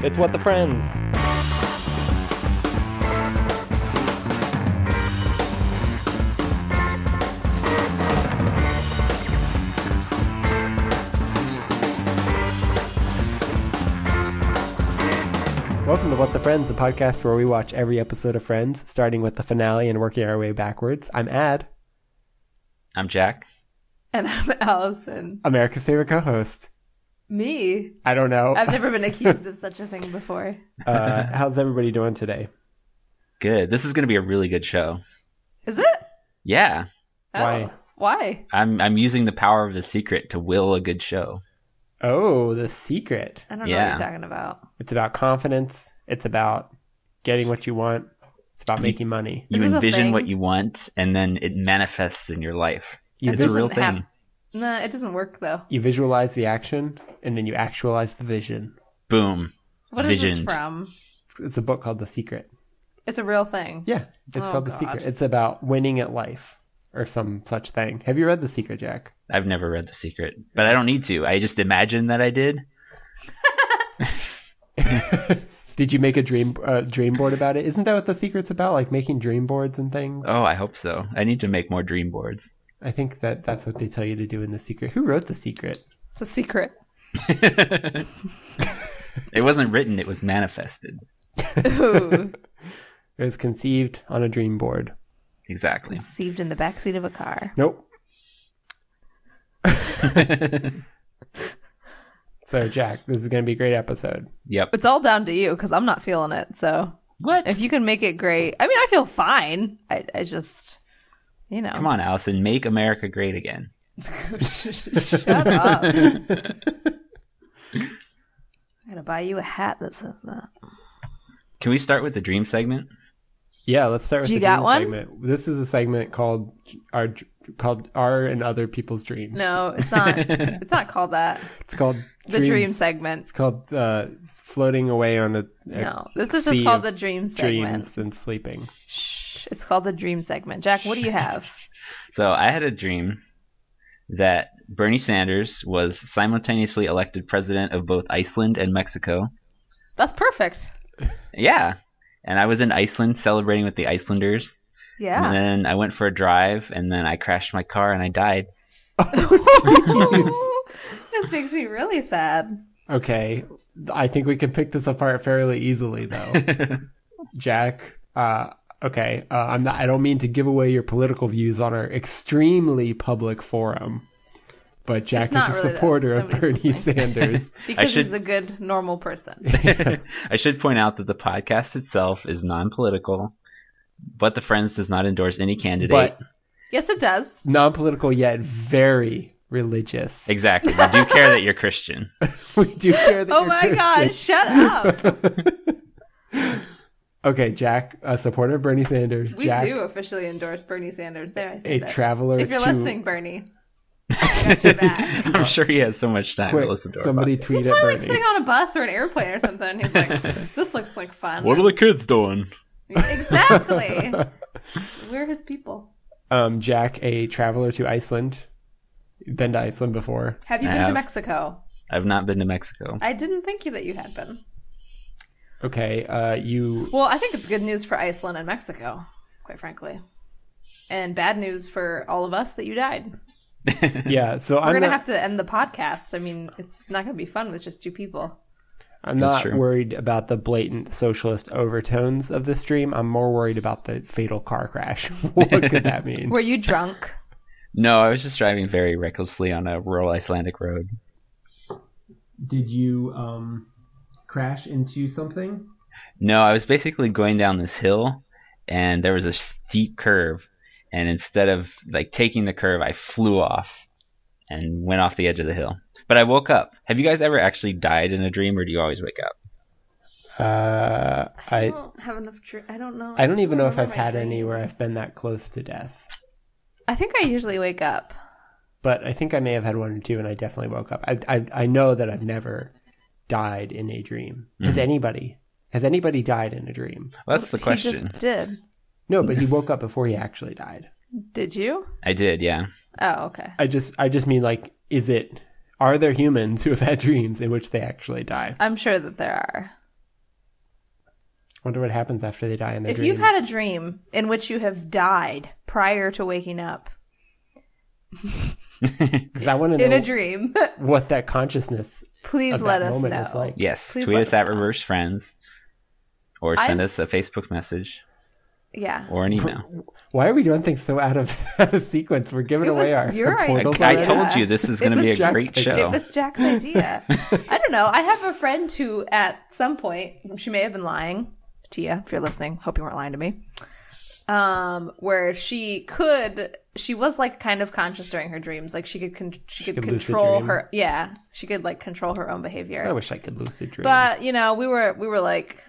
It's What the Friends. Welcome to What the Friends, the podcast where we watch every episode of Friends, starting with the finale and working our way backwards. I'm Ad, I'm Jack. And I'm Allison. America's favorite co host. Me. I don't know. I've never been accused of such a thing before. uh, how's everybody doing today? Good. This is going to be a really good show. Is it? Oh, Yeah, Why? Why? I'm I'm using the power of the secret to will a good show. Oh, The Secret. I don't know Yeah. what you're talking about. It's about confidence. It's about getting what you want. It's about making money. You This is a envision thing. what you want, and then it manifests in your life. You, it's a vis- real doesn't hap- thing. Nah, it doesn't work though. you visualize the action and then you actualize the vision. Boom. What is Visioned. this from? It's a book called The Secret. It's a real thing. Yeah, it's Oh, called The God. Secret. It's about winning at life or some such thing. Have you read The Secret, Jack? I've never read The Secret, but I don't need to. I just imagined that I did. Did you make a dream uh, dream board about it? Isn't that what The Secret's about? Like making dream boards and things. Oh, I hope so. I need to make more dream boards. I think that that's what they tell you to do in The Secret. Who wrote The Secret? It's a secret. it wasn't written; it was manifested. Ooh. It was conceived on a dream board. Exactly. Conceived in the backseat of a car. Nope. So Jack, this is going to be a great episode. yep. It's all down to you because I'm not feeling it. So What? if you can make it great, I mean, I feel fine. I, I just, you know. Come on, Allison. Make America great again. Shut up. I gotta buy you a hat that says that. Can we start with the dream segment? Yeah, let's start with Do you the dream got one? segment. This is a segment called our called our and other people's dreams. No, it's not. it's not called that. it's called The dream dreams- segment. It's called uh, floating away on a, a No, this is sea just called of the dream segment. dreams and sleeping. Shh, it's called the dream segment. Jack, what do you have? So I had a dream that Bernie Sanders was simultaneously elected president of both Iceland and Mexico. That's perfect. Yeah. And I was in Iceland celebrating with the Icelanders. And Yeah. then I went for a drive and then I crashed my car and I died. this makes me really sad. Okay, I think we can pick this apart fairly easily, though. Jack, uh, okay, uh, I'm not, I don't mean to give away your political views on our extremely public forum, but Jack It's is not a really that. supporter of Nobody's Bernie listening. Sanders. Because should- he's a good normal person. I should point out that the podcast itself is non political, but the Friends does not endorse any candidate. but yes, it does. non-political yet very religious. Exactly. We do care that you're Christian. We do care that Oh you're my gosh, Christian. shut up. okay, Jack, a supporter of Bernie Sanders. We Jack, do officially endorse Bernie Sanders. There, I a said it. traveler If you're to listening, Bernie. back. I'm sure he has so much time Quick, to listen to our somebody podcast. tweet He's at probably like Bernie. sitting on a bus or an airplane or something. He's like, this looks like fun. What are the kids doing? exactly. We're his people. um, Jack, a traveler to Iceland. Been to Iceland before. Have you I been have. to Mexico? I've not been to Mexico. I didn't think you that you had been. Okay, uh, you. Well, I think it's good news for Iceland and Mexico, quite frankly. And bad news for all of us that you died. Yeah, so We're I'm gonna not. have to end the podcast. I mean, it's not gonna be fun with just two people. I'm That's not true. worried about the blatant socialist overtones of this dream. I'm more worried about the fatal car crash. what could that mean? Were you drunk? No, I was just driving very recklessly on a rural Icelandic road. Did you um, crash into something? No, I was basically going down this hill, and there was a steep curve, and instead of like taking the curve, I flew off and went off the edge of the hill. But I woke up. Have you guys ever actually died in a dream, or do you always wake up? Uh, I don't have enough. Dr- I don't know. I don't even know if I've remember my had any where dreams. I've been that close to death. I think I usually wake up. But I think I may have had one or two, and I definitely woke up. I I, I know that I've never died in a dream. Has anybody? Has anybody died in a dream? Well, that's the question. He just did. No, but he woke up before he actually died. Did you? I did, yeah. Oh, okay. I just I just mean like, is it? Are there humans who have had dreams in which they actually die? I'm sure that there are. Wonder what happens after they die in their if dreams. you've had a dream in which you have died prior to waking up because I want to in know a dream, what that consciousness please of let that us moment know. is like. yes, Please tweet let us us at know. Reverse Friends, or send I've- us a Facebook message yeah. or an email. Why are we doing things so out of out of sequence? We're giving It was away our, your our I, Those portals I already. told you this is It going to be a was- great It show. It was Jack's idea. I don't know. I have a friend who, at some point, she may have been lying. Tia, if you're listening, hope you weren't lying to me. Um, where she could, she was like kind of conscious during her dreams. Like she could, con- she, could, could lucid control dream. Oh, her. Yeah, she could like control her own behavior. I wish I could lucid dream. But you know, we were we were like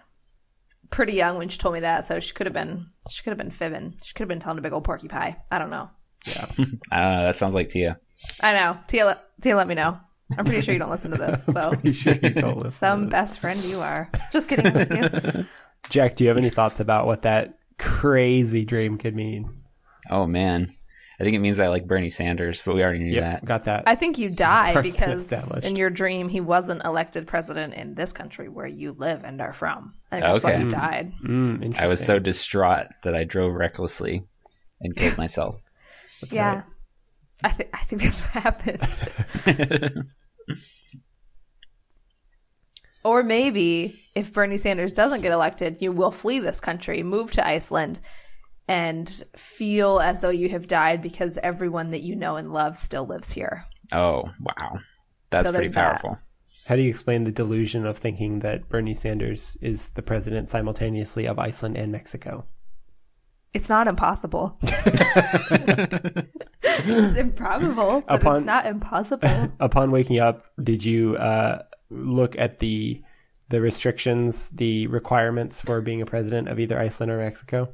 pretty young when she told me that, so she could have been she could have been fibbing. She could have been telling a big old porky pie. I don't know. yeah. I don't know. Uh, That sounds like Tia. I know. Tia, let- Tia, let me know. I'm pretty sure you don't listen to this. So You should be told this. some best friend you are. Just kidding. love you. Jack, do you have any thoughts about what that crazy dream could mean? Oh man, I think it means I like Bernie Sanders, but we already knew Yeah, got that. I think you die That's been because established. in your dream he wasn't elected president in this country where you live and are from. I think that's Okay. why you died. Mm, interesting. that. I was so distraught that I drove recklessly and killed myself. That's yeah. right. I, th- I think that's what happened. Or maybe if Bernie Sanders doesn't get elected, you will flee this country, move to Iceland, and feel as though you have died because everyone that you know and love still lives here. oh wow, that's So pretty there's that. powerful. How do you explain the delusion of thinking that Bernie Sanders is the president simultaneously of Iceland and Mexico? It's not impossible. it's improbable, but Upon- it's not impossible. Upon waking up, did you uh, look at the the restrictions, the requirements for being a president of either Iceland or Mexico?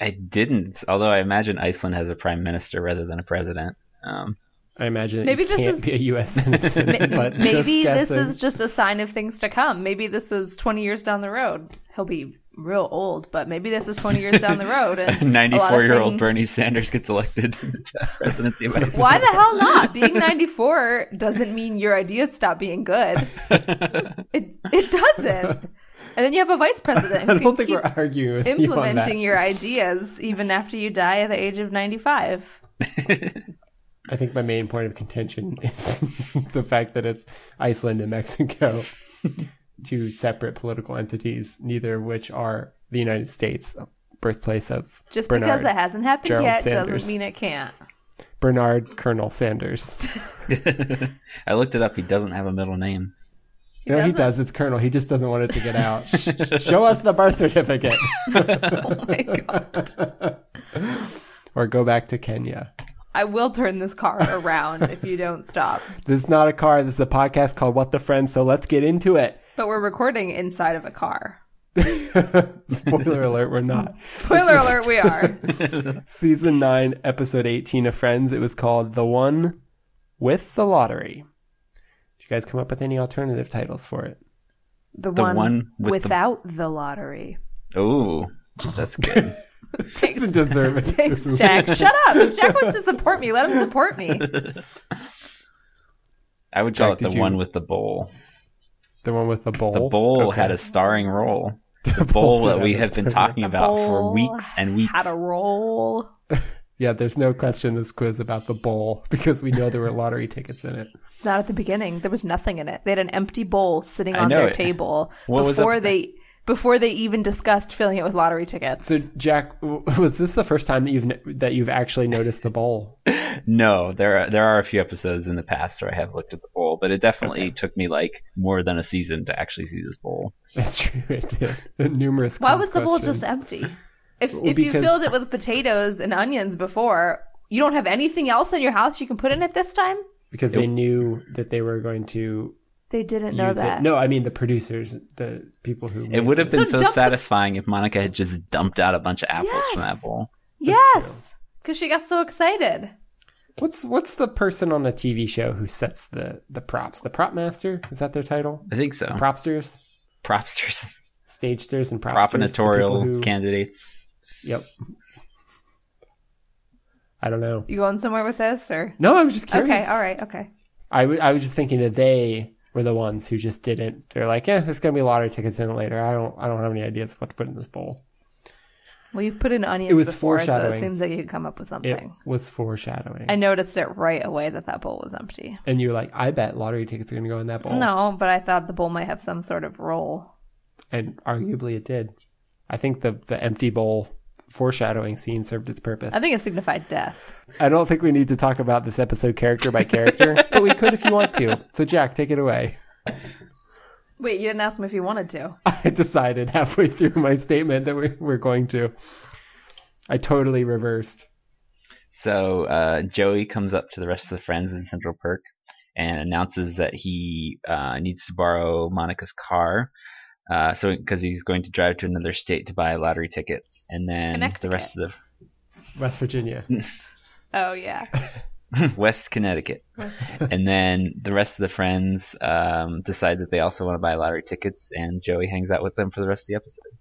I didn't, although I imagine Iceland has a prime minister rather than a president. Um, I imagine that Maybe you this can't is- be a U.S. citizen, Ma- but Maybe just this guessing. is just a sign of things to come. Maybe this is 20 years down the road. He'll be real old, but maybe this is 20 years down the road. And a lot of 94 year old thing- Bernie Sanders gets elected to presidency of Iceland. Why the hell not? Being 94 doesn't mean your ideas stop being good. It it doesn't. And then you have a vice president I who don't can think keep we're arguing with you on that. implementing your ideas even after you die at the age of 95. I think my main point of contention is the fact that it's Iceland and Mexico, two separate political entities, neither of which are the United States, birthplace of Just Bernard, because it hasn't happened Gerald yet Sanders. doesn't mean it can't. Bernard Colonel Sanders. I looked it up. He doesn't have a middle name. no, he doesn't? does. It's Colonel. He just doesn't want it to get out. Show us the birth certificate, Oh my god. or go back to Kenya. I will turn this car around if you don't stop. This is not a car. This is a podcast called What the Friend. So let's get into it. But we're recording inside of a car. Spoiler alert: We're not. Spoiler alert, we are. season 9 episode 18 of friends it was called the one with the lottery did you guys come up with any alternative titles for it The, The one, one with the- without the, lottery. Ooh, that's good. Thanks, Doesn't deserve it. Thanks, Jack. Shut up. If Jack wants to support me, let him support me. I would call Jack, it did the you- one with the bowl. the one with the bowl The bowl Okay. had a starring role. The Bowl did that we a have been starring- talking about for bowl weeks and weeks. How to roll. yeah there's no question this quiz about the bowl because we know there were lottery tickets in it Not at the beginning. There was nothing in it. They had an empty bowl sitting I on know their it. table What was up before with they before they even discussed filling it with lottery tickets. so jack w- was this the first time that you've n- that you've actually noticed the bowl No, there are, there are a few episodes in the past where I have looked at the bowl, but it definitely took me like more than a season to actually see this bowl. that's true it did numerous Why quiz was the bowl just questions. empty? If Well, if you because- filled it with potatoes and onions before, you don't have anything else in your house you can put in it this time? because they knew that they were going to They didn't know use that. it no i mean the producers the people who It make would have been So so, dump the- satisfying if Monica had just dumped out a bunch of apples from that Yes. bowl. yes. Because she got so excited. What's what's the person on a TV show who sets the the props? The prop master is that their title? I think so. Propsters, Propsters, stagesters, and propsters. the people propinatorial who- candidates. Yep. I don't know. You going somewhere with this or No, I was just curious. Okay, all right, okay. I wa- I was just thinking that they were the ones who just didn't. They're like, yeah, there's gonna be lottery tickets in it later. I don't, I don't have any ideas what to put in this bowl. Well, you've put in onions It was before, so foreshadowing. it seems like you could come up with something. It was foreshadowing. I noticed it right away that that bowl was empty. and you were like, I bet lottery tickets are gonna go in that bowl. No, but I thought the bowl might have some sort of roll. and arguably it did. I think the the empty bowl foreshadowing scene served its purpose. I think it signified death. I don't think we need to talk about this episode character by character, but we could if you want to. So Jack, take it away. Wait, you didn't ask him if he wanted to. I decided halfway through my statement that we were going to. I totally reversed. So uh, Joey comes up to the rest of the friends in Central Perk and announces that he uh, needs to borrow Monica's car, uh, so because he's going to drive to another state to buy lottery tickets, and then the rest of West Virginia. Oh yeah. the West Connecticut, and then the rest of the friends um, decide that they also want to buy lottery tickets, and Joey hangs out with them for the rest of the episode.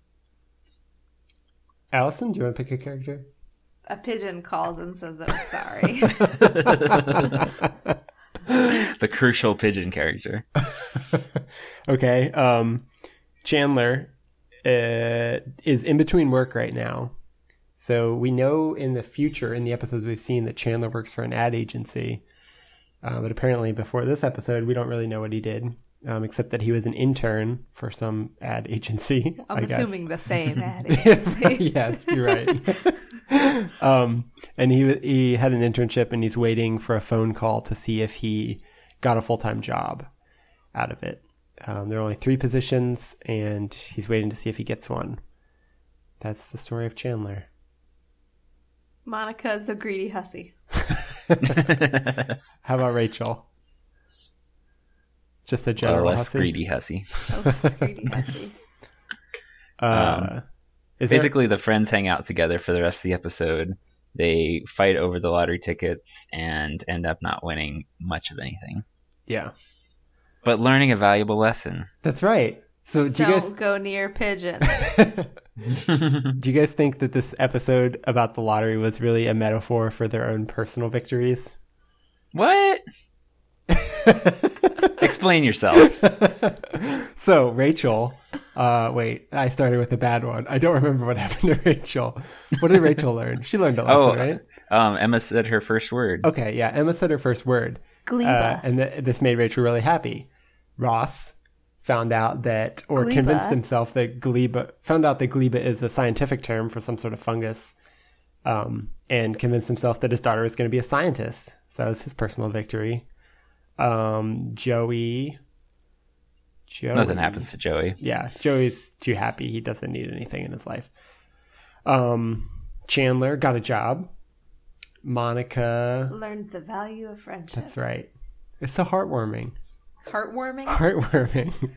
Allison, do you want to pick a character? A pigeon calls and says that I'm sorry. The crucial pigeon character. Okay. Um, Chandler uh, is in between work right now. So we know in the future, in the episodes we've seen, that Chandler works for an ad agency. Uh, but apparently, before this episode, we don't really know what he did, um, except that he was an intern for some ad agency. I I'm guess. assuming the same ad agency. yes, you're right. um, and he he had an internship, and he's waiting for a phone call to see if he got a full time job out of it. Um, there are only three positions, and he's waiting to see if he gets one. That's the story of Chandler. Monica is a greedy hussy. How about Rachel? Just a or general less hussy? greedy hussy. Oh, it's greedy hussy. Uh, is there- Um, Basically, the friends hang out together for the rest of the episode. They fight over the lottery tickets and end up not winning much of anything, yeah, but learning a valuable lesson. that's right. So do you Don't guys Uh, go near pigeon. Do you guys think that this episode about the lottery was really a metaphor for their own personal victories? What? Explain yourself. so Rachel, uh, wait, I started with a bad one. I don't remember what happened to Rachel. What did Rachel learn? She learned a lesson, Oh, right? um, Emma said her first word. Okay, yeah. Emma said her first word, uh, Gleba. and th- this made Rachel really happy. Ross found out that, or Gleba. convinced himself that gleba found out that gleba is a scientific term for some sort of fungus, um, and convinced himself that his daughter was going to be a scientist. So that was his personal victory. Um, Joey. Joey. Nothing happens to Joey. Yeah, Joey's too happy. He doesn't need anything in his life. Um, Chandler got a job. Monica Learned the value of friendship. that's right. It's so heartwarming. Heartwarming. Heartwarming.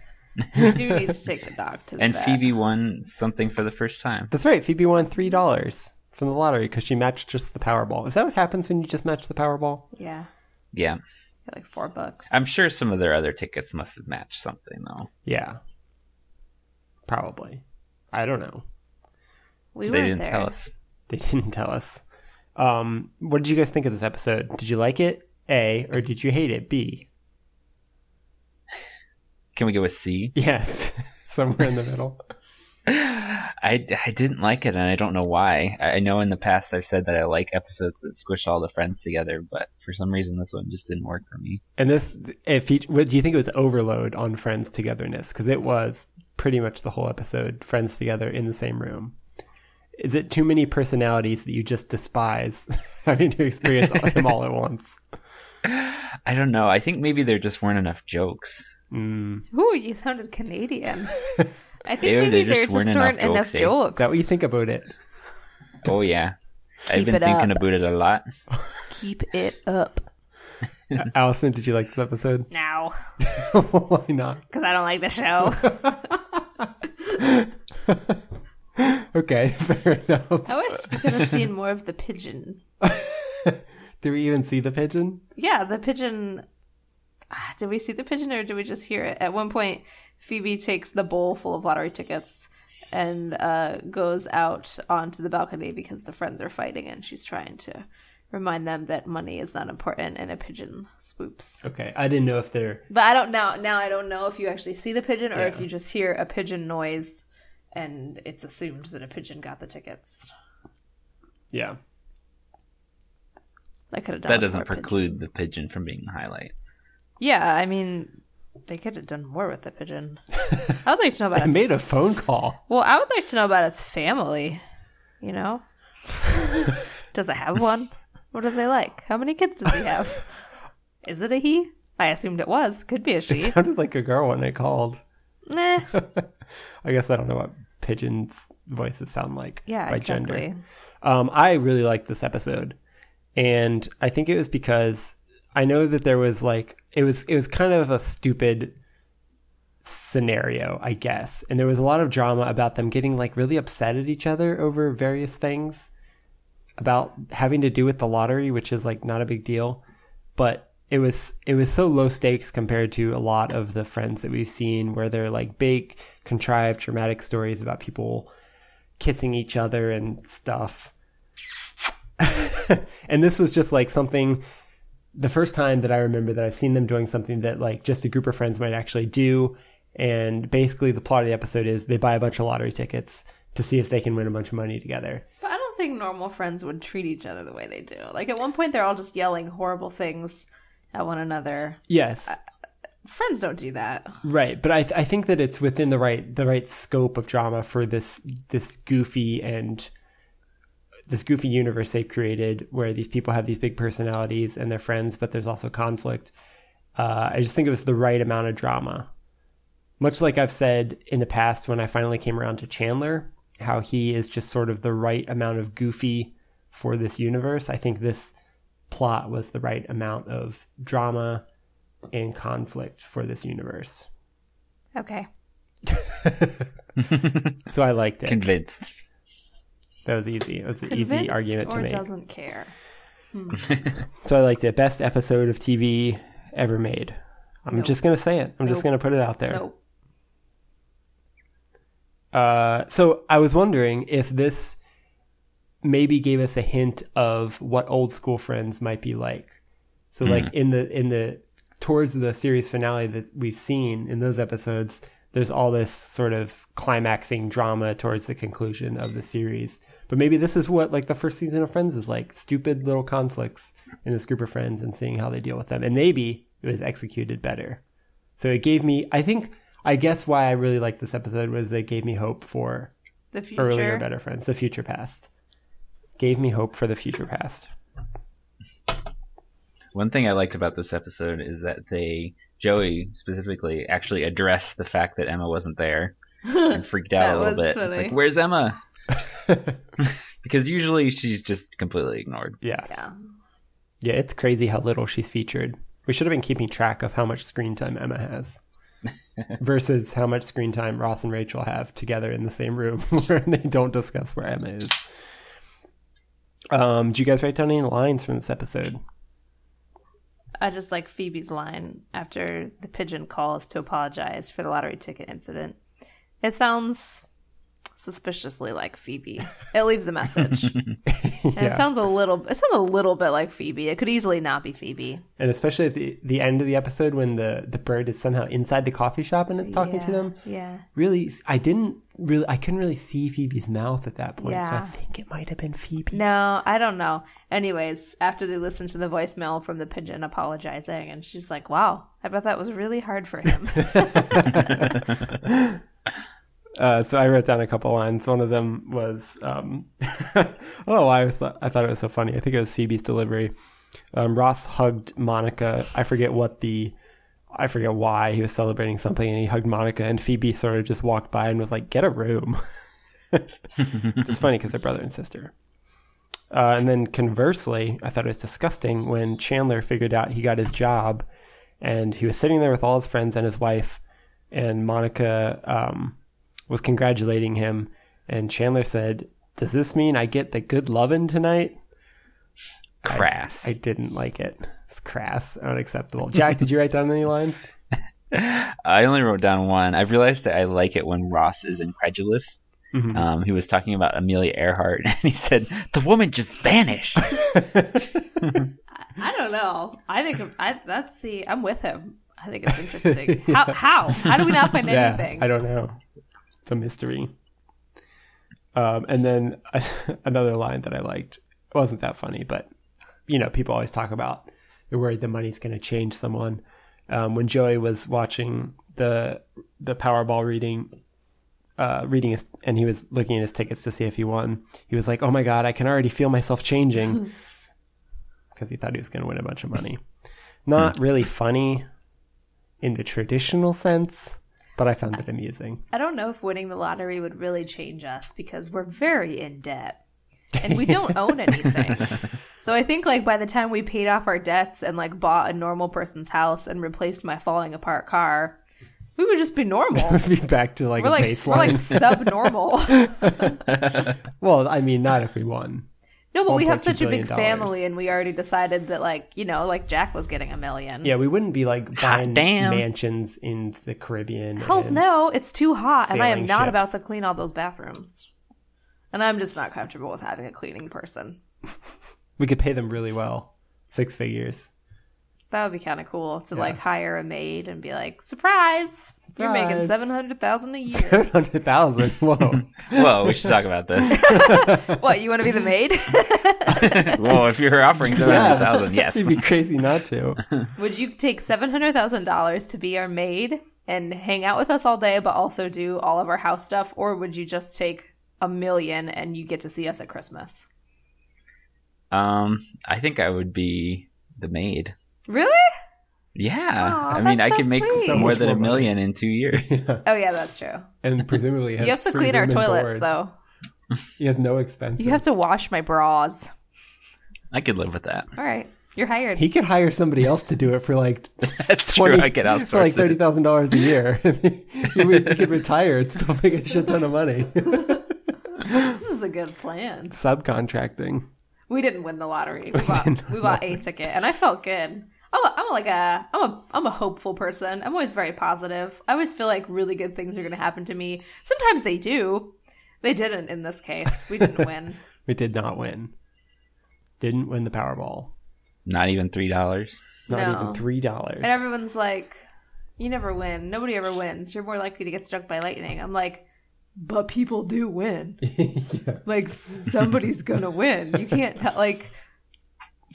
You do need to take the dog to the And vet. Phoebe won something for the first time. That's right. Phoebe won three dollars from the lottery because she matched just the Powerball. Is that what happens when you just match the Powerball? Yeah. Yeah. Got like four bucks. I'm sure some of their other tickets must have matched something, though. Yeah. Probably. I don't know. We they weren't didn't there. tell us. They didn't tell us. Um, what did you guys think of this episode? Did you like it? A or did you hate it? B. Can we go with C? Yes. Somewhere in the middle. I, I didn't like it, and I don't know why. I I know in the past I've said that I like episodes that squish all the friends together, but for some reason this one just didn't work for me. And this, if you, what, do you think it was overload on friends togetherness? Because it was pretty much the whole episode, friends together in the same room. Is it too many personalities that you just despise having to experience all- them all at once? I don't know. I think maybe there just weren't enough jokes. Mm. Is Ooh, you sounded Canadian. I think Ew, there maybe just there just weren't weren't, enough enough, jokes, eh? jokes. that what you think about it? Oh yeah, I've Keep been it thinking up. about it a lot. Keep it up Allison, did you like this episode? now, Why not? because I don't like the show. Okay, fair enough. I wish we could have seen more of the pigeon. Did we even see the pigeon? Yeah, the pigeon. Ah, Did we see the pigeon or did we just hear it? At one point, Phoebe takes the bowl full of lottery tickets and uh, goes out onto the balcony because the friends are fighting and she's trying to remind them that money is not important and a pigeon swoops. Okay, I didn't know if they're But I don't now now I don't know if you actually see the pigeon or if Yeah. you just hear a pigeon noise and it's assumed that a pigeon got the tickets. yeah. That could have done That with doesn't more pigeon. preclude the pigeon from being the highlight. Yeah, I mean they could have done more with the pigeon. I would like to know about I its made a phone call. Well, I would like to know about its family. You know, does it have one? What are they like? How many kids does he have? Is it a he? I assumed it was. Could be a she. It sounded like a girl when I called. nah. I guess I don't know what pigeons' voices sound like Yeah, by exactly. gender. Um, I really liked this episode, and I think it was because I know that there was like it was it was kind of a stupid scenario, I guess, and there was a lot of drama about them getting like really upset at each other over various things about having to do with the lottery, which is like not a big deal, but it was it was so low stakes compared to a lot of the friends that we've seen where they're like big contrived dramatic stories about people kissing each other and stuff. and this was just like something the first time that I remember that I've seen them doing something that like just a group of friends might actually do. And basically, the plot of the episode is they buy a bunch of lottery tickets to see if they can win a bunch of money together. But I don't think normal friends would treat each other the way they do. Like at one point, they're all just yelling horrible things at one another. Yes, Friends don't do that. right. But I, I think that it's within the right the right scope of drama for this this goofy and this goofy universe they've created where these people have these big personalities and they're friends, but there's also conflict. Uh, I just think it was the right amount of drama. Much like I've said in the past when I finally came around to Chandler, how he is just sort of the right amount of goofy for this universe. I think this plot was the right amount of drama and conflict for this universe. Okay. So I liked it. Convinced. That was easy. That was an easy Convinced argument to or make. doesn't care. So I liked it. Best episode of TV ever made. I'm Nope. just gonna say it. I'm just Nope. gonna put it out there. Nope. Uh, so I was wondering if this maybe gave us a hint of what old school friends might be like. So like in the in the towards the series finale that we've seen in those episodes, there's all this sort of climaxing drama towards the conclusion of the series. But maybe this is what like the first season of Friends is like, stupid little conflicts in this group of friends and seeing how they deal with them. And maybe it was executed better. So it gave me I think I guess why I really liked this episode was it gave me hope for The future. earlier better friends, the future past. Gave me hope for the future past. One thing I liked about this episode is that they, Joey specifically, actually addressed the fact that Emma wasn't there and freaked out That a little was bit. funny. Like, where's Emma? because usually she's just completely ignored. Yeah. Yeah. Yeah, it's crazy how little she's featured. We should have been keeping track of how much screen time Emma has versus how much screen time Ross and Rachel have together in the same room where they don't discuss where Emma is. Um, do you guys write down any lines from this episode? I just like Phoebe's line after the pigeon calls to apologize for the lottery ticket incident. It sounds suspiciously like Phoebe. It leaves a message. and it Yeah. sounds a little it sounds a little bit like Phoebe. It could easily not be Phoebe. And especially at the, the end of the episode when the, the bird is somehow inside the coffee shop and it's talking to Yeah, them. Yeah. Really, I didn't really, I couldn't really see Phoebe's mouth at that point. So I Yeah. think it might have been Phoebe. No, I don't know. Anyways, after they listen to the voicemail from the pigeon apologizing and she's like, Wow, I bet that was really hard for him. Uh, so I wrote down a couple lines. One of them was, um, oh, I thought I thought it was so funny. I think it was Phoebe's delivery. Um, Ross hugged Monica. I forget what the, I forget why he was celebrating something, and he hugged Monica. And Phoebe sort of just walked by and was like, "Get a room." It's funny because they're brother and sister. Uh, and then conversely, I thought it was disgusting when Chandler figured out he got his job, and he was sitting there with all his friends and his wife, and Monica um, was congratulating him, and Chandler said, "Does this mean I get the good lovin' tonight?" Crass. I didn't like it. It's crass, unacceptable. Jack, did you write down any lines? I only wrote down one. I realized that I like it when Ross is incredulous Mhm. Um, he was talking about Amelia Earhart, and he said the woman just vanished. I don't know. I think I that's see. I'm with him. I think it's interesting. How how how do we not find yeah, anything? I don't know. It's a mystery. Um, and then another line that I liked it wasn't that funny, but you know, people always talk about they're worried the money's going to change someone. Um, when Joey was watching the the Powerball reading, uh, reading his, and he was looking at his tickets to see if he won, he was like, "Oh my god, I can already feel myself changing," because he thought he was going to win a bunch of money. Not really funny in the traditional sense, but I found it amusing. I don't know if winning the lottery would really change us because we're very in debt and we don't own anything. So I think like by the time we paid off our debts and like bought a normal person's house and replaced my falling apart car, we would just be normal. Be back to like We're a like we're like baseline. subnormal. well, I mean, not if we won. No, but we have $1.2 such a billion big family, and we already decided that, like, you know, like Jack was getting a million. Yeah, we wouldn't be like Hot buying damn. mansions in the Caribbean. Hell's and- no, it's too hot, and I am Sailing not ships. about to clean all those bathrooms. And I'm just not comfortable with having a cleaning person. We could pay them really well, six figures. That would be kind of cool to Yeah. like hire a maid and be like, surprise, you're making Surprise. seven hundred thousand a year. Seven hundred thousand. Whoa. Whoa, we should talk about this. what you want to be the maid? Whoa, if you're offering seven hundred thousand, yes. It'd be crazy not to. Would you take seven hundred thousand dollars to be our maid and hang out with us all day, but also do all of our house stuff, or would you just take a million and you get to see us at Christmas? Um, I think I would be the maid. Really? Yeah, Aw, I mean, that's I so could make sweet. So more much than a more money. million in two years. Yeah. Oh yeah, that's true. And presumably, you have to clean our toilets though. You have no expenses. You have to wash my bras. I could live with that. All right, you're hired. He could hire somebody else to do it for like That's twenty. true. I could outsource for like it. thirty thousand dollars a year. we, we could retire and still make a shit ton of money. this is a good plan. Subcontracting. We didn't win the lottery. We bought, didn't we bought a ticket, and I felt good. I'm, a, I'm like a I'm a I'm a hopeful person. I'm always very positive. I always feel like really good things are going to happen to me. Sometimes they do. They didn't in this case. We didn't win. We did not win. Didn't win the Powerball. Not even three dollars. Not No. even three dollars. and everyone's like, "You never win. Nobody ever wins. You're more likely to get struck by lightning." I'm like, "But people do win. yeah. Like s- somebody's gonna win. You can't tell. Like,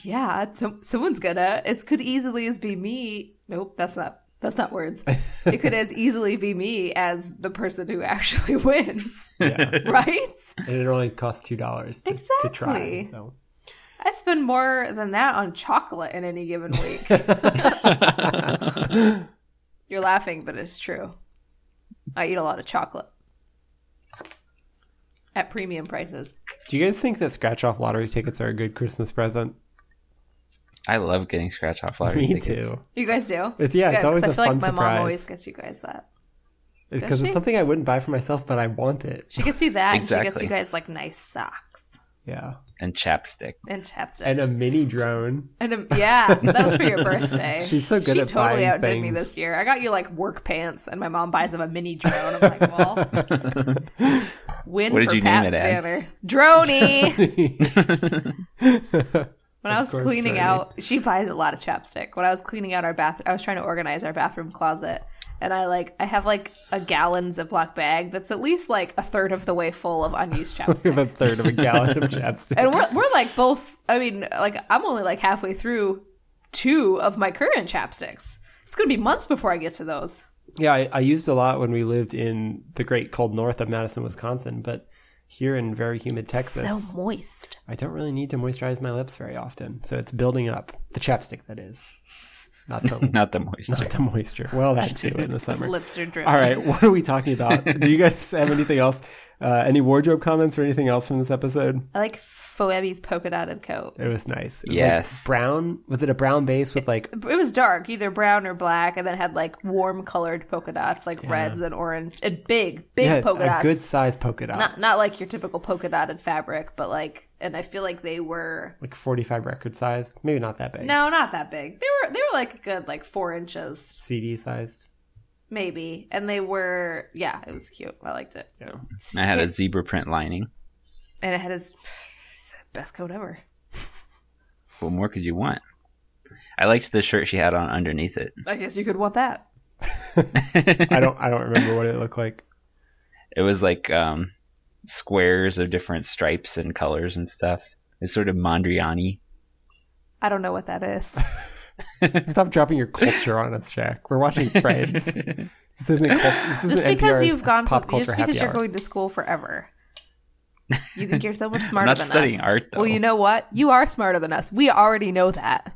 yeah, some, someone's gonna. It could easily as be me. Nope, that's not. That's not words. it could as easily be me as the person who actually wins, yeah. right? And it only cost two dollars to, to try. Exactly. So I spend more than that on chocolate in any given week. You're laughing, but it's true. I eat a lot of chocolate at premium prices. do you guys think that scratch off lottery tickets are a good Christmas present? I love getting scratch off lottery Me tickets. too. You guys do? It's yeah, it's Good, 'cause always I a feel fun like my surprise. mom always gets you guys that. it's Does because she? it's something I wouldn't buy for myself, but I want it. She gets you that, and she gets Exactly. you guys like nice socks Yeah, And chapstick. and chapstick. and a mini drone. And um, yeah, that was for your birthday. She's so good she at totally buying outdid me things. this year. I got you like work pants, and my mom buys them a mini drone. I'm like, well, win What did for you name it, Pat Ann? Spanner. Droney. When I Of was course, cleaning Droney. out, she buys a lot of chapstick. When I was cleaning out our bath, I was trying to organize our bathroom closet, and I like I have like a gallon Ziploc bag that's at least like a third of the way full of unused We chapstick. have a third of a gallon of chapstick. and we're we're like both. I mean, like I'm only like halfway through two of my current chapsticks. It's gonna be months before I get to those. Yeah, I, I used a lot when we lived in the great cold north of Madison, Wisconsin, but here in very humid Texas, So moist. I don't really need to moisturize my lips very often. So it's building up the chapstick that is, not the Not the moisture. not the moisture. Well, that too in the summer. Lips are dripping. All right, what are we talking about? Do you guys have anything else? Uh, any wardrobe comments or anything else from this episode? I like Phoebe's polka dotted coat. It was nice. It was Yes. Like brown. Was it a brown base with like? It was dark, either brown or black, and then had like warm colored polka dots, like reds and orange, and big, big yeah, polka a dots. good size polka dot. not not like your typical polka dotted fabric, but like, and I feel like they were like 45 record size. Maybe not that big. no, not that big. They were they were like a good like four inches. CD sized. maybe. And they were, yeah, it was cute. I liked it. Yeah. I had a zebra print lining. and it had his best coat ever. What more could you want? I liked the shirt she had on underneath it. I guess you could want that. I don't I don't remember what it looked like. It was like um, squares of different stripes and colors and stuff. It was sort of Mondriani. I don't know what that is. Stop dropping your culture on us, Jack. We're watching Friends. this isn't a cult, this just isn't because NPR's you've gone pop to culture just because happy you're hour. going to school forever. You think you're so much smarter not than studying us. art, though. Well, you know what? You are smarter than us. We already know that.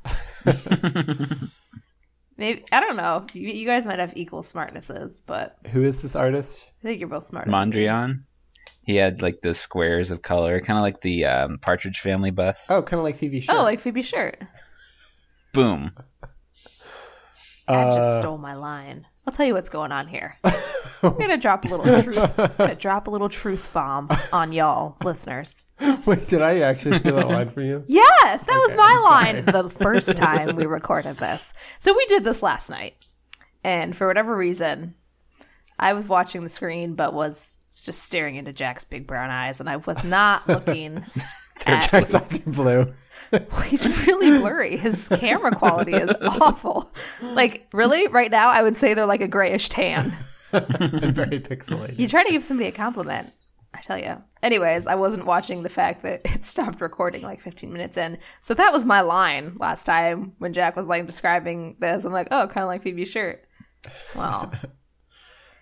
Maybe I don't know. You, you guys might have equal smartnesses, but Who is this artist? I think you're both smarter. Mondrian. He had like the squares of color, kind of like the um, Partridge Family bus. Oh, kind of like Phoebe Shaw. Oh, like Phoebe shirt. Boom. I just Uh, stole my line. I'll tell you what's going on here. I'm gonna drop a little truth. I'm gonna drop a little truth bomb on y'all listeners. Wait, did I actually steal that line from you? Yes, that was Okay, my I'm line the first time we recorded this. So we did this last night. And for whatever reason, I was watching the screen but was just staring into Jack's big brown eyes and I was not looking at Jack's eyes are blue. he's really blurry. His camera quality is awful. Like really right now I would say they're like a grayish tan. and very pixelated. You try to give somebody a compliment. I tell you. Anyways, I wasn't watching the fact that it stopped recording like 15 minutes in. So that was my line last time when Jack was like describing this. I'm like, oh, kind of like Phoebe's shirt. Well,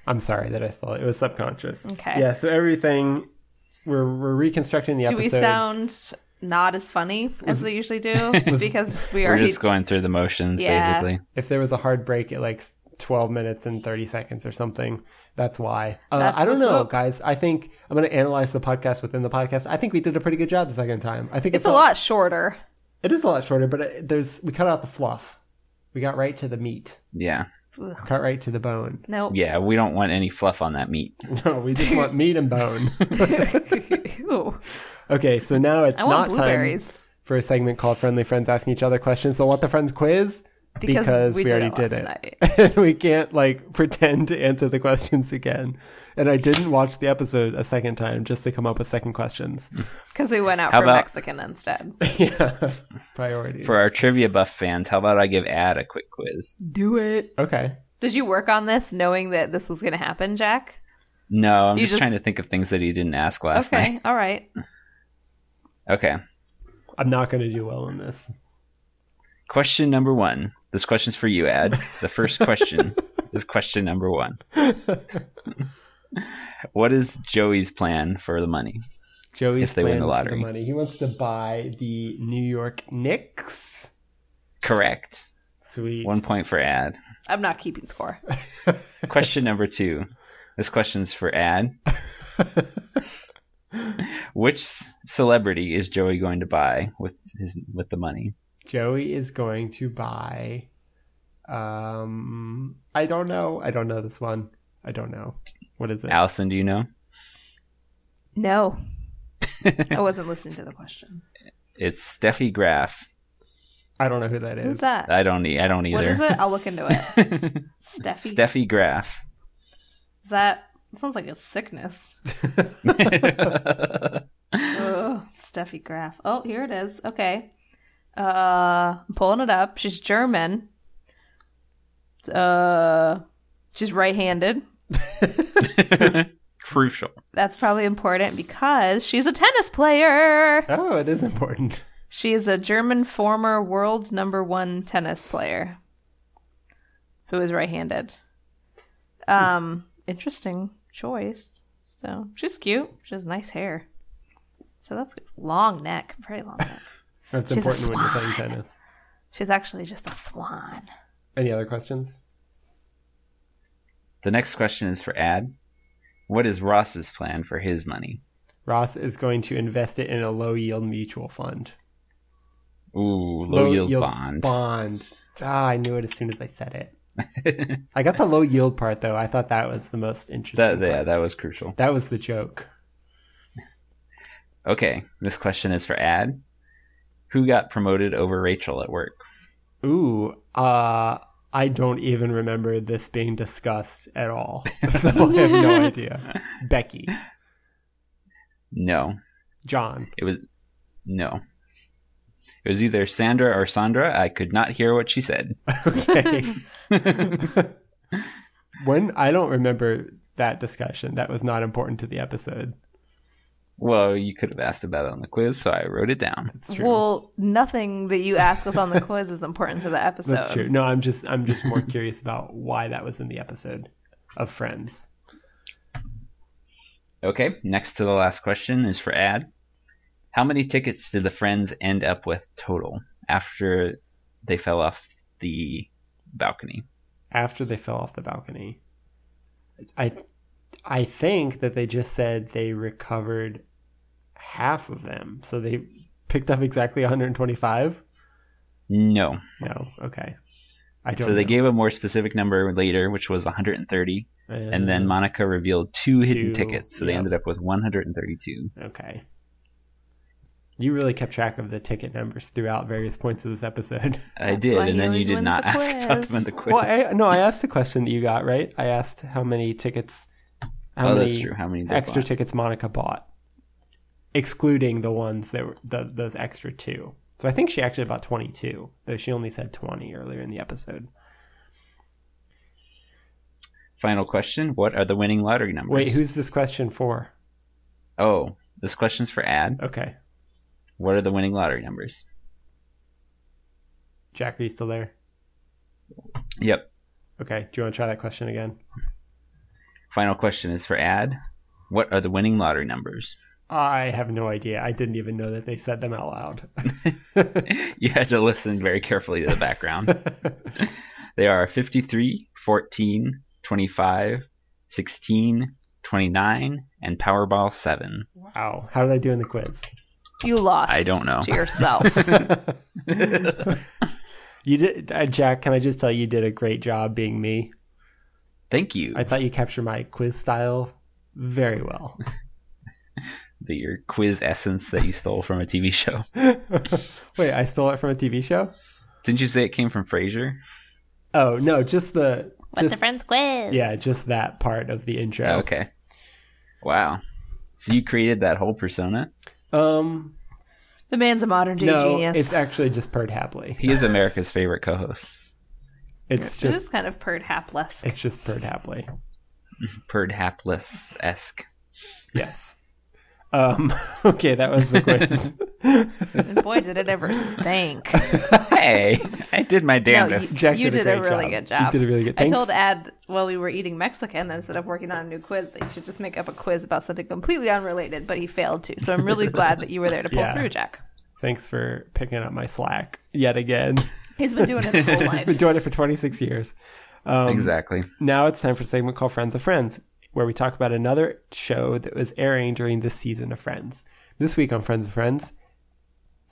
I'm sorry that I stole it. It was subconscious. Okay. Yeah, so everything we're we're reconstructing the do we episode. sound not as funny as we usually do? It's because we We're already. just going through the motions, Yeah. basically. if there was a hard break at like 12 minutes and 30 seconds or something that's why uh, That's i don't what's know up. guys i think i'm going to analyze the podcast within the podcast i think we did a pretty good job the second time i think It's a lot shorter. it is a lot shorter but it, there's we cut out the fluff we got right to the meat Yeah. Ugh. cut right to the bone No. Yeah, we don't want any fluff on that meat. no we just want meat and bone Ew. okay so now it's I want not time blueberries for a segment called friendly friends asking each other questions so want the friends quiz because, we, already did, did it. it last night. and we can't like pretend to answer the questions again. And I didn't watch the episode a second time just to come up with second questions. Because we went out How for about- Mexican instead. yeah, priorities. For our trivia buff fans, how about I give Ad a quick quiz? Do it. okay, Did you work on this knowing that this was going to happen, Jack? No, I'm You just, just- trying to think of things that he didn't ask last okay, night. Mm. all right. Okay. I'm not going to do well in this. Question number one. This question's for you, Ad. The first question is question number one. what is Joey's plan for the money? Joey's If they win the plans for lottery. money. He wants to buy the New York Knicks. Correct. Sweet. One point for Ad. I'm not keeping score. Question number two. This question's for Ad. Which c- celebrity is Joey going to buy with his with the money? Joey is going to buy. Um, I don't know. I don't know this one. I don't know. What is it? Allison, do you know? No. I wasn't listening to the question. It's Steffi Graf. I don't know who that is. Who's that? I don't. e- I don't either. What is it? I'll look into it. Steffi. Steffi Graf. Is that sounds like a sickness? Ugh, Steffi Graf. Oh, here it is. Okay. Uh, I'm pulling it up. She's German. Uh, she's right-handed. Crucial. That's probably important because she's a tennis player. Oh, it is important. She is a German former world number one tennis player who is right handed. Um, interesting choice. So she's cute. She has nice hair. So that's good. long neck, very long neck. That's She's a important when you're playing swan. tennis. She's actually just a swan. Any other questions? The next question is for Ad. What is Ross's plan for his money? Ross is going to invest it in a low yield mutual fund. Ooh, low, yield, bond. Bond. Ah, I knew it as soon as I said it. I got the low yield part though. I thought that was the most interesting. That, yeah, part. that was crucial. that was the joke. Okay, this question is for Ad. Who got promoted over Rachel at work? Ooh, uh, I don't even remember this being discussed at all. So I have no idea. Becky, No, John, it was no. It was either Sandra or Sandra. I could not hear what she said. okay. when I don't remember that discussion, that was not important to the episode. well, you could have asked about it on the quiz, so I wrote it down. That's true. Well, nothing that you ask us on the quiz is important to the episode. That's true. No, I'm just I'm just more curious about why that was in the episode of Friends. Okay, next to the last question is for Ad. How many tickets did the friends end up with total after they fell off the balcony? After they fell off the balcony, I I think that they just said they recovered half of them, so they picked up exactly 125. No. No, okay. I don't. So they know. gave a more specific number later, which was 130, and Mm-hmm. then Monica revealed two, Two, hidden tickets, so they yep. ended up with 132. Uh, Okay. You really kept track of the ticket numbers throughout various points of this episode. I That's did, why he and then you always did wins not the ask about quiz. them in the quiz. Well, I, no, I asked the question that you got right. I asked how many tickets, how oh, many that's true. How many did extra extra tickets Monica bought, excluding the ones that were the, those extra two. So I think she actually bought twenty two, though she only said twenty earlier in the episode. Final question: What are the winning lottery numbers? Wait, who's this question for? Oh, this question's for Ad. Okay, What are the winning lottery numbers? Jack, are you still there? Yep. Okay, do you want to try that question again? Final question is for Ad. What are the winning lottery numbers? I have no idea. I didn't even know that they said them out you had to listen very carefully to the background. loud. they are 53, 14, 25, 16, 29, and Powerball 7. wow, how did I do in the quiz? You lost. I don't know. To yourself. you did, uh, Jack. Can I just tell you, you did a great job being me. Thank you. I thought you captured my quiz style very well. the your quiz essence that you stole from a TV show. Wait, I stole it from a TV show? Didn't you say it came from Frasier? Oh no, just the What's just the friend's quiz? yeah, just that part of the intro. Okay. Wow. So you created that whole persona? Um, The man's a modern day no, genius. it's actually just Perd Hapley. He is America's favorite co-host. It's it is just kind of pert hapless. it's just Perd Hapley. Perdhapless esque. Yes. Um, okay, that was the quiz. and boy, did it ever stink. Hey, I did my damnedest. Jack You did a great really good job. You did a really good. I Thanks. told Ad while we were eating Mexican instead of working on a new quiz that you should just make up a quiz about something completely unrelated, but he failed to. So I'm really glad that you were there to pull Yeah. through, Jack. Thanks for picking up my slack yet again. He's been doing it his whole Been life. doing it for 26 years. Um, exactly. Now it's time for a segment called Friends of Friends, where we talk about another show that was airing during this season of Friends. This week on Friends of Friends,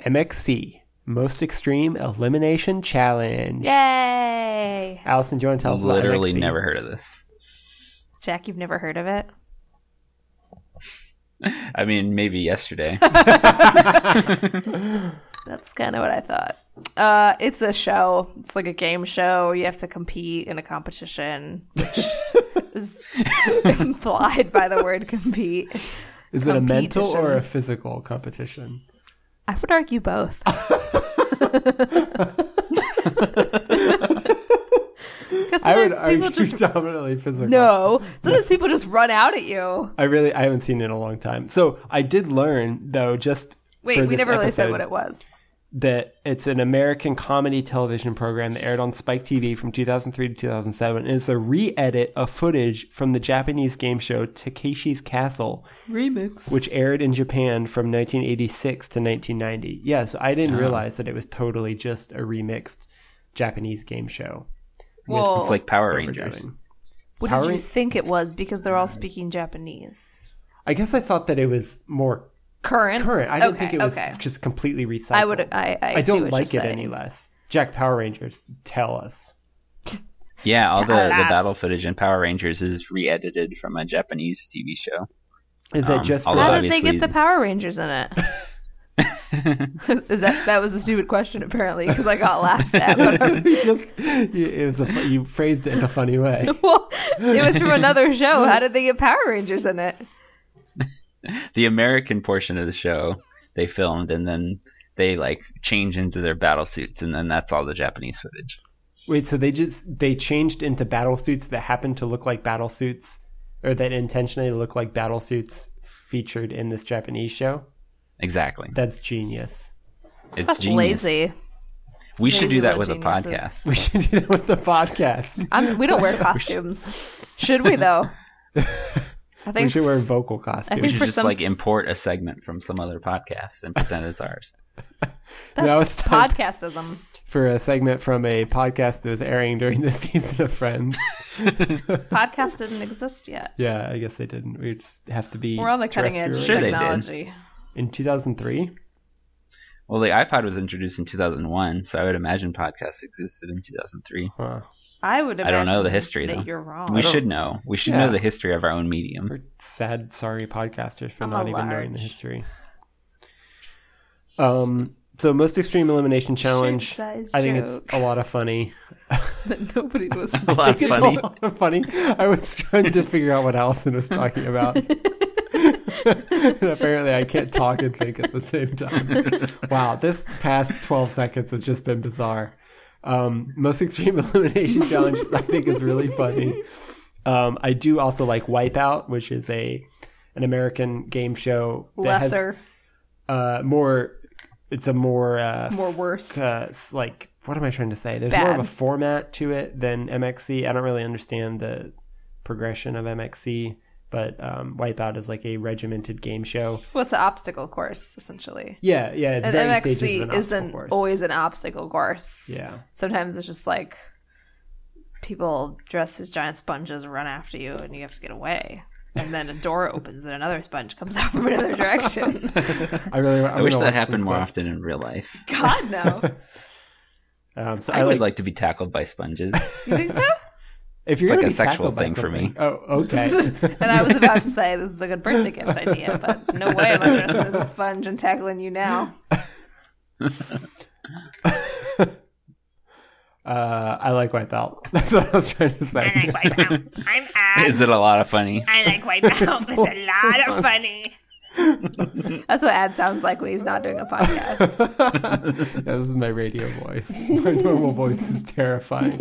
MXC Most Extreme Elimination Challenge. Yay! Allison, do you want to tell us about Literally MXC? never heard of this. Jack, you've never heard of it? I mean, maybe yesterday. That's kind of what I thought. Uh, it's a show. It's like a game show. You have to compete in a competition, which is implied by the word compete. Is it a mental Competition. or a physical competition? I would argue both. Because I would sometimes people argue just dominantly physical. no. Sometimes people just run out at you. I really I haven't seen it in a long time. So I did learn though just Wait, for we this never really said episode what it was. that it's an American comedy television program that aired on Spike TV from 2003 to 2007. And it's a re-edit of footage from the Japanese game show Takeshi's Castle, Remix. which aired in Japan from 1986 to 1990. Yeah, so I Ah. didn't realize that it was totally just a remixed Japanese game show. Well, it's like Power Overdriven. Rangers. what Power did you Ran- think it was? Because they're all speaking Japanese. I guess I thought that it was more Current. current. I didn't okay, think it was Okay. just completely recycled. I would. I. I, I see don't what like it you're saying. any less. Jack Power Rangers, tell us. Yeah, all the, the Dallas. battle footage in Power Rangers is re-edited from a Japanese TV show. Is that Um, just although- for How did they obviously- get the Power Rangers in it? Is that that was a stupid question apparently because I got laughed at. But, you just you, it was a, fu- you phrased it in a funny way. well, it was from another show. How did they get Power Rangers in it? the American portion of the show they filmed, and then they like change into their battle suits, and then that's all the Japanese footage. Wait, so they just they changed into battle suits that happened to look like battle suits, or that intentionally look like battle suits featured in this Japanese show? Exactly. That's genius. It's That's genius. lazy. We should Lazy do that little with a geniuses. podcast. We should do that with the podcast. I'm, we don't wear costumes, should we though? I We think should wear vocal We costumes. think- should for just some- like import a segment from some other podcast and pretend it's ours. that's Now it's time podcastism. for a segment from a podcast that was airing during the season of Friends. Podcast didn't exist yet. Yeah, I guess they didn't. We just have to be. We're on the cutting dressed edge of through it. Sure they did. technology. In 2003, Well, the iPod was introduced in 2001, so I would imagine podcasts existed in 2003. huh. I would. I don't know the imagine history, That though. you're wrong. We should know. We should Yeah. know the history of our own medium. We're sad, sorry podcasters for I'm a not even knowing the large. history. Um. So most extreme elimination challenge. Shit-sized I think it's joke. a lot of funny. that nobody listened. A lot of It's a funny. lot of funny. I was trying to figure out what Allison was talking about. And apparently, I can't talk and think at the same time. Wow, this past 12 seconds has just been bizarre. Um, most extreme elimination challenge, I think, is really funny. Um, I do also like Wipeout, which is a an American game show that Lesser, has uh, more. It's a more uh, more worse. uh, s- like what am I trying to say? There's more Bad. of a format to it than MXC. I don't really understand the progression of MXC, but um, Wipeout is like a regimented game show. Well, it's an obstacle course essentially. Yeah, yeah, it's And various stages of MXC an obstacle isn't course. always an obstacle course. yeah. Sometimes it's just like people dressed as giant sponges run after you and you have to get away. And then a door opens and another sponge comes out from another direction. I really. i I wish that happened more often in real life. God no. Oh. Um, so I, I, would like, like to be tackled by sponges. You think so? if you're it's like gonna a be sexual tackled by thing for me. something- Oh, okay. and I was about to say this is a good birthday gift idea, but no way am I dressing as a sponge and tackling you now. uh, I like Wipeout. That's what I was trying to say. I like Wipeout. I'm Is Ad. it a lot of funny? I like Wipeout. It's a lot of funny. That's what Ad sounds like when he's not doing a podcast. Yeah, this is my radio voice. My normal voice is terrifying.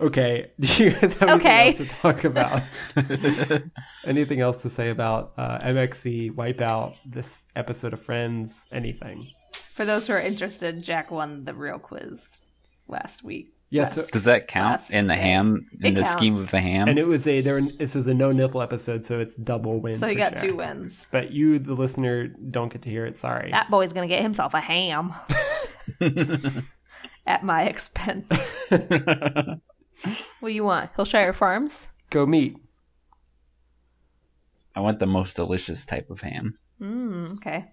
okay. Do you guys have anything Okay. else to talk about? anything else to say about uh, MXC, Wipeout, this episode of Friends, anything? For those who are interested, Jack won the real quiz last week. Yes. Last- Does that count in the last day. ham in It the scheme counts. of the ham? and it was a there. This was a no nipple episode, so it's double win. So he for got Jack. two wins. But you, the listener, don't get to hear it. Sorry. That boy's gonna get himself a ham at my expense. what do you want? Hillshire Farms? Go meet. I want the most delicious type of ham. Mm, okay.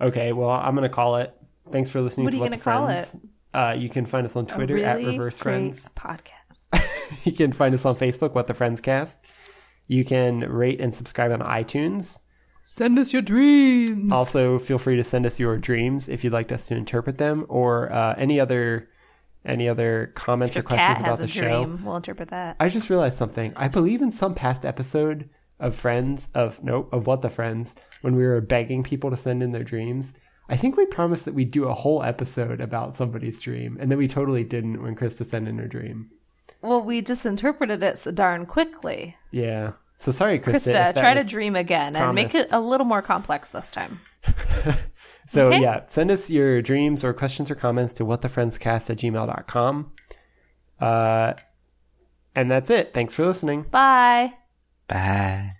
Okay, well, I'm going to call it. Thanks for listening What to are What you the gonna call Friends. Uh, you can find us on A Twitter at really Reverse great Friends. podcast. You can find us on Facebook, What the Friends Cast. You can rate and subscribe on iTunes. Send us your dreams. Also, feel free to send us your dreams if you'd like us to interpret them or uh, any other any other comments Your or questions cat about has the a show. dream. We'll interpret that. I just realized something. I believe in some past episode of Friends of no of What the Friends when we were begging people to send in their dreams. I think we promised that we'd do a whole episode about somebody's dream, and then we totally didn't when Krista sent in her dream. Well, we just interpreted it so darn quickly. Yeah. So sorry, Krista. if Krista, that try was- to dream again and make it promised. a little more complex this time. So Okay. yeah, send us your dreams or questions or comments to whatthefriendscast at gmail.com. Uh, and that's it. Thanks for listening. Bye. Bye.